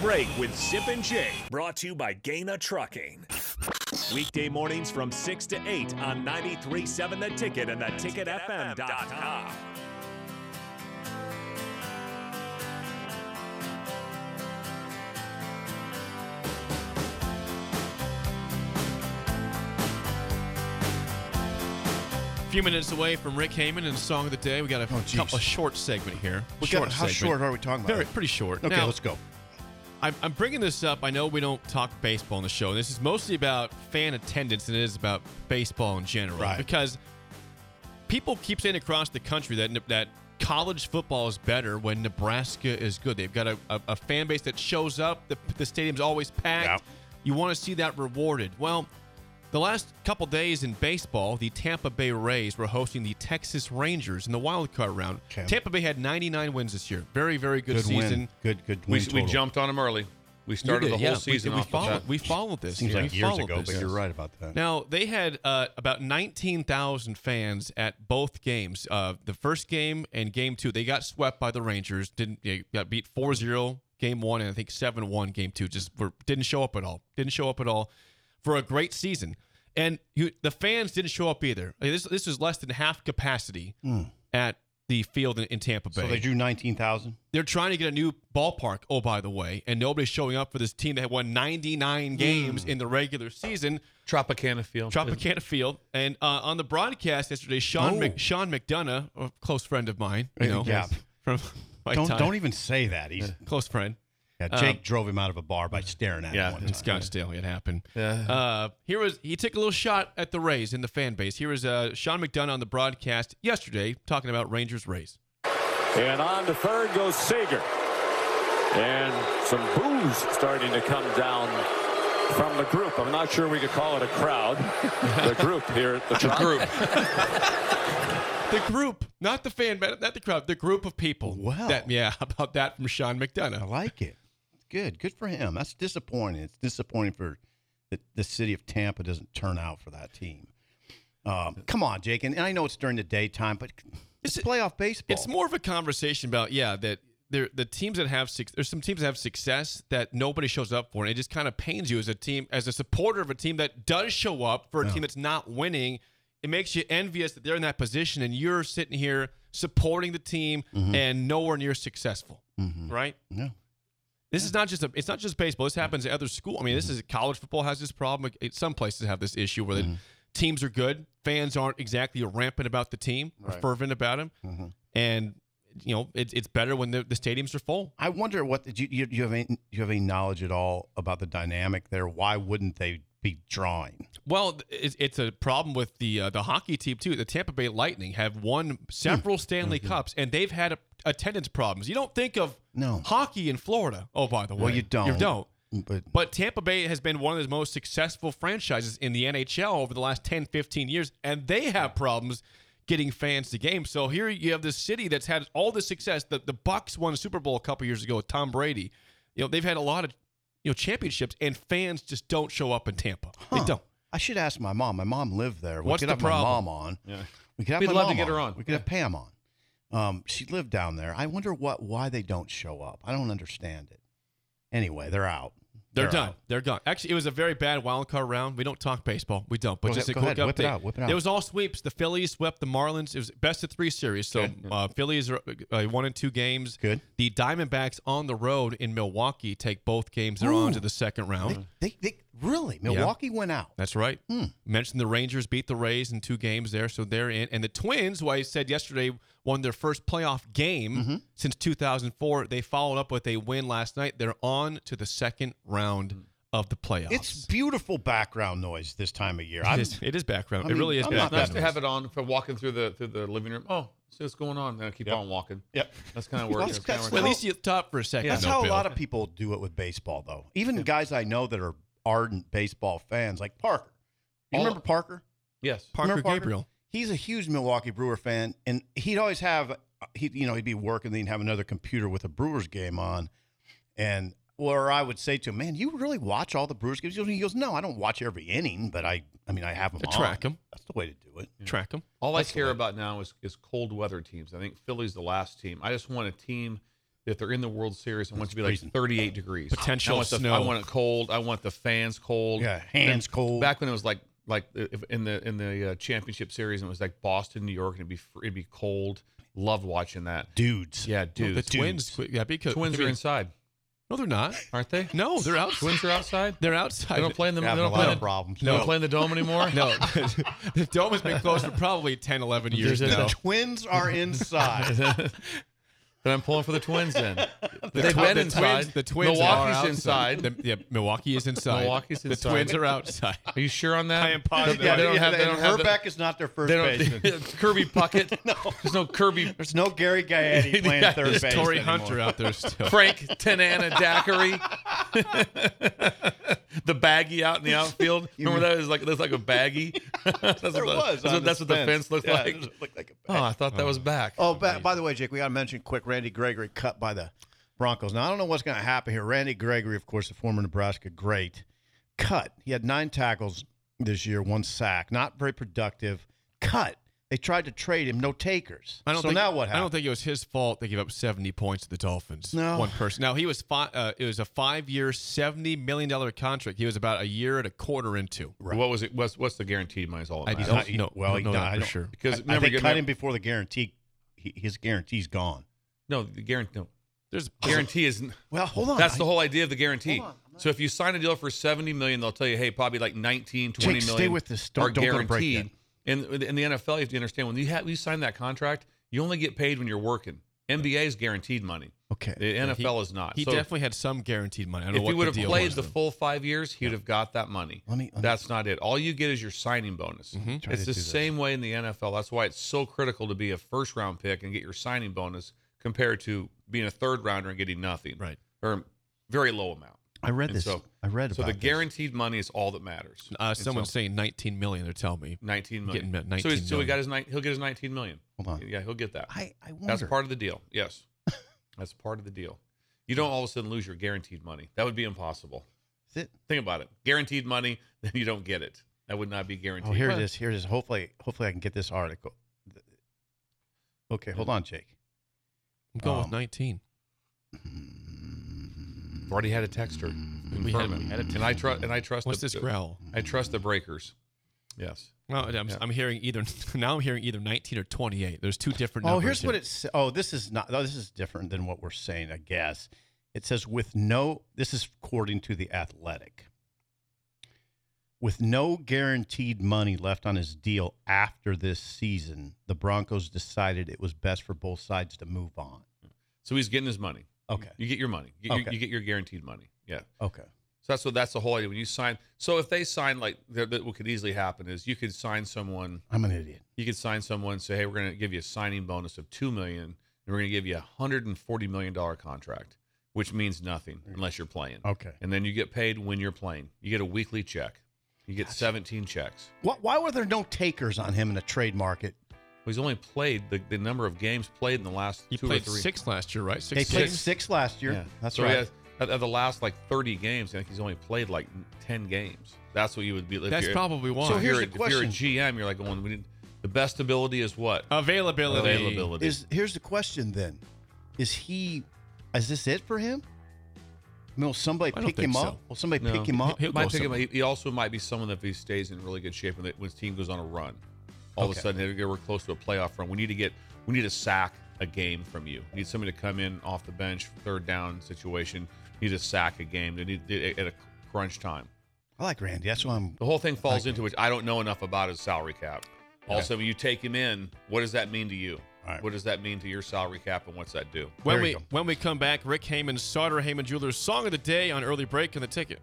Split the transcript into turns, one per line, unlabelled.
break with Zip and Jay, brought to you by Gaina Trucking. Weekday mornings from 6 to 8 on 937 The Ticket and theticketfm.com.
few minutes away from Rick Heyman and Song of the Day. We got a,
Oh, geez.
couple, a short segment here.
We
short
got, how
segment.
short are we talking about?
Very, pretty short.
okay,
Now,
let's go.
I'm, I'm bringing this up. I know we don't talk baseball on the show. This is mostly about fan attendance and it is about baseball in general.
Right.
Because people keep saying across the country that that college football is better when Nebraska is good. They've got a, a, a fan base that shows up. The, the stadium's always packed.
Yeah.
You want to see that rewarded. Well, the last couple days in baseball, the Tampa Bay Rays were hosting the Texas Rangers in the wild card round.
Okay.
Tampa Bay had 99 wins this year. Very, very good,
Good
season.
win. Good, good
We,
win.
we
total.
jumped on them early. We
You
started
did,
the whole
yeah. We-
season
we,
off
followed,
with that.
We followed this.
Seems
yeah.
like
we
years
followed
ago,
this.
but you're right about that.
Now they had uh, about nineteen thousand fans at both games. Uh, the first game and game two, they got swept by the Rangers. Didn't they got beat 4-0 game one and I think seven one game two. Just were, didn't show up at all. Didn't show up at all for a great season. And you, the fans didn't show up either. I mean, This this was less than half capacity at the field in, in Tampa Bay
Hmm. so they drew nineteen thousand.
they're trying to get a new ballpark. Oh, by the way, and nobody's showing up for this team that had won 99 games
Hmm.
in the regular season.
Tropicana Field.
Tropicana Field, and uh, on the broadcast yesterday, Sean
Oh.
Mc, Sean McDonough, a close friend of mine, you
Yeah.
know,
Yeah.
from my
Don't
time,
don't e- even say that. He's
close friend.
yeah,
Um,
Jake drove him out of a bar by staring at
yeah,
him. One
in
time.
Scottsdale. It happened. Uh, here was he took a little shot at the Rays in the fan base. Here is uh, Sean McDonough on the broadcast yesterday talking about Rangers Rays.
And on to third goes Seager. And some boos starting to come down from the group. I'm not sure we could call it a crowd. The group here at the top.
Group.
The group, not the fan, but not the crowd. The group of people.
Wow.
That, yeah, about that from Sean McDonough.
I like it. Good, good for him. That's disappointing. It's disappointing for the, the city of Tampa doesn't turn out for that team. Um, come on, Jake, and, and I know it's during the daytime, but it's, playoff baseball.
It's more of a conversation about yeah that there the teams that have six. There's some teams that have success that nobody shows up for, and it just kind of pains you as a team, as a supporter of a team that does show up for a team that's not winning. It makes you envious that they're in that position and you're sitting here supporting the team and nowhere near successful, right?
Yeah.
This is not just a, it's not just baseball. This happens at other school. I mean, this is college football has this problem. It- Some places have this issue where
Mm-hmm.
the teams are good, fans aren't exactly rampant about the team, or fervent about them,
Mm-hmm.
and you know it, it's better when the, the stadiums are full.
I wonder what do you, you, you have any do you have any knowledge at all about the dynamic there? Why wouldn't they be drawing?
Well, it's, it's a problem with the uh, the hockey team too. The Tampa Bay Lightning have won
Mm.
several Stanley
Mm-hmm.
Cups, and they've had a, attendance problems. You don't think of
No.
hockey in Florida. Oh, by the way,
Well, you
You
don't.
don't.
But
But Tampa Bay has been one of the most successful franchises in the NHL over the last 10, 15 years, and they have problems getting fans to games. So here you have this city that's had all this success. The the Bucks won a Super Bowl a couple years ago with Tom Brady. You know, they've had a lot of you know championships and fans just don't show up in Tampa. They don't.
I should ask my mom. My mom lived there. We
What's
could
the
have
problem?
my mom on. We could have
We'd
my
love to
mom
get her on.
We could have Pam on. Um, she lived down there. I wonder what why they don't show up. I don't understand it. Anyway, they're out.
They're, done.
out.
They're gone. Actually, it was a very bad wild card round. We don't talk baseball. We don't. But
Go
just a
ahead- go
quick
ahead. Whip
update.
it out. Whip it out.
It was all sweeps. The Phillies swept the Marlins. It was best of three series. So uh, Phillies are uh, one and two games.
Good.
The Diamondbacks on the road in Milwaukee take both games. They're on to the second round.
They, they really Milwaukee went out.
That's right.
Hmm.
Mentioned the Rangers beat the Rays in two games there, so they're in. And the Twins, who I said yesterday won their first playoff game
Mm-hmm.
since 2004, they followed up with a win last night. They're on to the second round of the playoffs.
Mm. It's beautiful background noise this time of year. I'm,
It is, it is background.
I
it
mean,
really is
I'm not
background.
that
nice to have it on for walking through the through the living room. Oh, see what's going on. Then I keep on walking.
Yep.
That's kind of working.
That's-
That's kinda
that's-
Well,
working.
at least you top for a second.
That's
though,
how a
Bill.
lot of people do it with baseball, though. Even guys I know that are ardent baseball fans, like Parker. You
All-
remember Parker?
yes.
Parker
Remember
Gabriel.
He's a huge Milwaukee Brewer fan, and he'd always have he you know he'd be working, then he'd have another computer with a Brewers game on, and or I would say to him, "Man, you really watch all the Brewers games?" He goes, "No, I don't watch every inning, but I I mean I have them
I track
on.
'em.
That's the way to do it.
Track him.
All I care about now is is cold weather teams. I think Philly's the last team. I just want a team if they're in the World Series, I want it to be like
Freezing.
38 degrees.
Potential
I want the-
snow.
I want it cold. I want the fans cold.
Yeah, hands
Then-
cold.
Back when it was like like if in the in the uh, championship series, and it was like Boston, New York, and it'd be fr- it'd be cold. Loved watching that.
dudes.
Yeah,
No,
dude.
the twins. quit- Yeah, because
Twins are inside,
No, they're not.
aren't they?
No, they're out.
Twins are outside.
They're outside.
They don't play in the. They
Having
don't
a lot
play
of
in-
problems.
They don't
No.
play in the dome anymore.
No, the dome has been closed for probably 10, 11 years
There's a-
now.
No.
Twins are inside.
then I'm pulling for the Twins. Then
The
they've
tw-
been
the
inside.
Twins, the twins are
Milwaukee's
outside.
inside.
The, yeah, Milwaukee is inside.
Milwaukee's
the
inside.
Twins are outside.
Are you sure on that?
I am positive.
They, they don't have. They don't have.
Herbeck
The,
is not their first
they don't.
baseman.
Kirby Puckett. no. There's no Kirby.
There's no Gary Gaetti playing
Yeah,
third
there's
base.
Tory
anymore.
Hunter out there still.
Frank Tanana Daiquiri. the baggie out in the outfield. Remember that? It was like that's like a baggie. that's
There
what,
was.
That's,
on
what, that's what the fence looks
Yeah, it
like.
doesn't look like a
Oh, I thought that was back.
Oh, by, by the way, Jake, we got to mention quick Randy Gregory cut by the Broncos. Now, I don't know what's going to happen here. Randy Gregory, of course, the former Nebraska great, cut. He had nine tackles this year, one sack. Not very productive. Cut. They tried to trade him, no takers.
I don't
so
think,
now what
I don't
happened?
think it was his fault they gave up 70 points to the Dolphins.
No.
One person. Now, he was fi- uh, it was a five year, $70 million contract. He was about a year and a quarter into.
What was it? What's what's the guaranteed money? Is all
I
about?
don't
he-
know.
well,
don't
he
know
died,
that
I
for
don't-
sure.
Because
I,
remember,
think
get-
cut him before the guarantee. He, his guarantee's gone.
no, the guarantee. No,
There's
guarantee isn't.
Well, hold on.
That's
I-
the whole idea of the guarantee.
Hold on, I'm
So if you sign a deal for 70 million, they'll tell you, hey, probably like 19, 20
Jake, stay
million
with this.
are
Don't- don't go to break
guaranteed. And in the NFL, you have to understand when you have, you sign that contract, you only get paid when you're working. NBA is guaranteed money.
Okay.
The NFL is not.
He
so
definitely had some guaranteed money. I don't know
if
what
he would
the
have
deal
played
was,
the
though.
full five years, he would have got that money.
Let me- let me-
That's not it. All you get is your signing bonus.
Try
It's
to
the
do this.
same way in the NFL. That's why it's so critical to be a first round pick and get your signing bonus compared to being a third rounder and getting nothing.
Right.
Or very low amount.
I read
And
this.
so-
I read
So
about
the
this.
guaranteed money is all that matters.
Uh,
And
someone's
so
saying 19 million. They're telling me.
19 million.
getting that
so,
19
he's, so he
million.
got his nine, he'll get his 19 million.
Hold on.
Yeah, he'll get that.
I, I wonder.
That's part of the deal. Yes. That's part of the deal. You don't all of a sudden lose your guaranteed money. That would be impossible.
Is it?
Think about it. Guaranteed money, then you don't get it. That would not be guaranteed.
Oh, here it is. Here it is. Hopefully, hopefully I can get this article. Okay, hold on, Jake.
I'm going
Um,
with 19.
I've already had a texter.
We had-
confirm it.
we had a
and I trust and I trust
What's
the,
this
the-
growl?
I trust the breakers. Yes.
No, I'm,
Yeah.
I'm hearing either now. I'm hearing either 19 or 28. There's two different.
Oh,
numbers
here's
here.
what it sa- Oh, this is not. Oh, this is different than what we're saying, I guess. It says with no. This is according to the Athletic. With no guaranteed money left on his deal after this season, the Broncos decided it was best for both sides to move on.
So he's getting his money.
Okay.
You get your money. You, you-
Okay.
you get your guaranteed money. Yeah.
Okay.
So that's what that's the whole idea. When you sign, so if they sign like that, that what could easily happen is you could sign someone,
I'm an idiot.
you could sign someone, say, hey, we're going to give you a signing bonus of two million, and we're going to give you a hundred and forty million dollar contract, which means nothing unless you're playing.
Okay.
And then you get paid when you're playing. You get a weekly check. You get seventeen checks.
Why, why were there no takers on him in the trade market?
He's only played the, the number of games played in the last
He
two
played
or three.
six last year, right? Six
They played
games?
six last year.
Yeah.
That's
so he
right.
has- Out of the last like 30 games, I think he's only played like 10 games. That's what you would be. if
That's
you're-
probably why.
So
if
here's
you're,
the
if you're a
question.
GM, you're like going, we need the best ability is what?
Oh, availability.
Availability.
Is here's the question then: Is he? Is this it for him? I mean, will somebody
I don't
pick him
think
up?
so.
Will somebody
No.
pick him up?
He'll go
might pick him,
somewhere.
he, he also might be someone that if he stays in really good shape when, the, when his team goes on a run, all of
Okay.
a sudden they we're close to a playoff run. We need to get we need a sack a game from you. We need somebody to come in off the bench, third down situation. Need a sack a game. They need at a crunch time.
I like Randy. That's why I'm.
The whole thing falls into which I don't know enough about his salary cap. Also, when you take him in, what does that mean to you?
All right.
What does that mean to your salary cap, and what's that do?
When
There
we
you go.
when we come back, Rick Heyman's Sauter Heyman Jewelers song of the day on early break in the ticket.